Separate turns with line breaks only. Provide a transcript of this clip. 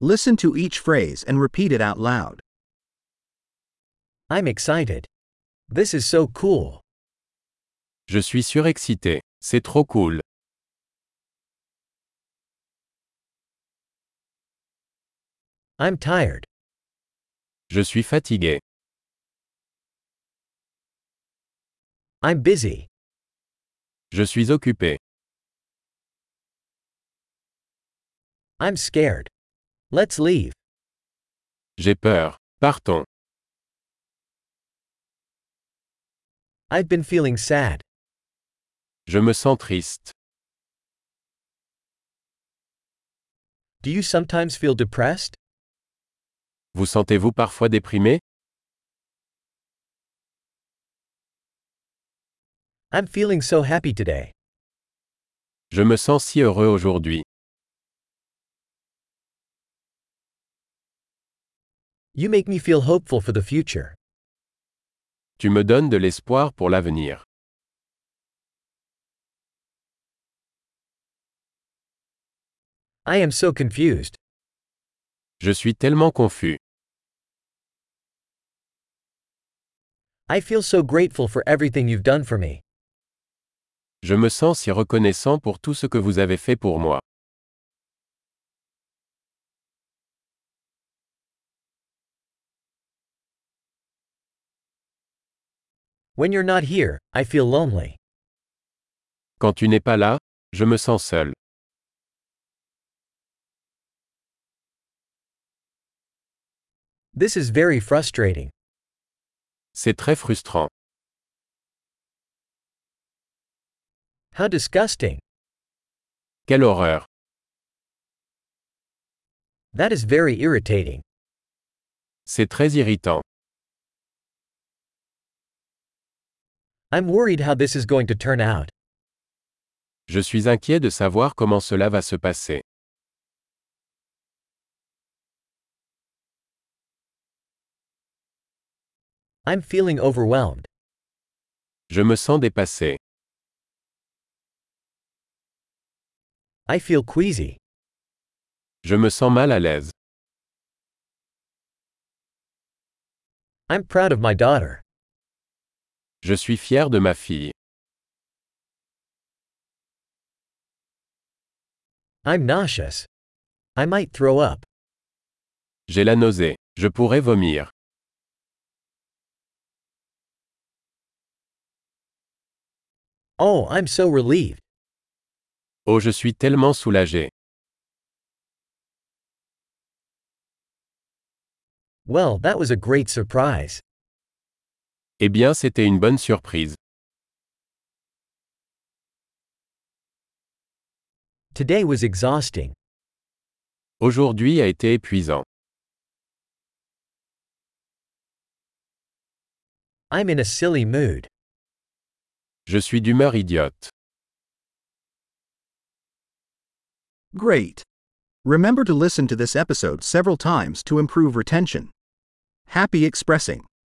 Listen to each phrase and repeat it out loud.
I'm excited. This is so cool.
Je suis surexcité. C'est trop cool.
I'm tired.
Je suis fatigué.
I'm busy.
Je suis occupé.
I'm scared. Let's leave.
J'ai peur. Partons.
I've been feeling sad.
Je me sens triste.
Do you sometimes feel depressed?
Vous sentez-vous parfois déprimé
I'm feeling so happy today.
Je me sens si heureux aujourd'hui.
You make me feel hopeful for the future.
Tu me donnes de l'espoir pour l'avenir.
I am so confused.
Je suis tellement confus.
I feel so grateful for everything you've done for me.
Je me sens si reconnaissant pour tout ce que vous avez fait pour moi.
When you're not here, I feel lonely.
Quand tu n'es pas là, je me sens seul.
This is very frustrating.
C'est très frustrant.
How disgusting.
Quelle horreur.
That is very irritating.
C'est très irritant.
I'm worried how this is going to turn out.
Je suis inquiet de savoir comment cela va se passer.
I'm feeling overwhelmed.
Je me sens dépassé.
I feel queasy.
Je me sens mal à l'aise.
I'm proud of my daughter.
Je suis fier de ma fille.
I'm nauseous. I might throw up.
J'ai la nausée. Je pourrais vomir.
Oh, I'm so relieved.
Oh, je suis tellement soulagé.
Well, that was a great surprise.
Eh bien, c'était une bonne surprise.
Today was exhausting.
Aujourd'hui a été épuisant.
I'm in a silly mood.
Je suis d'humeur idiote.
Great! Remember to listen to this episode several times to improve retention. Happy expressing!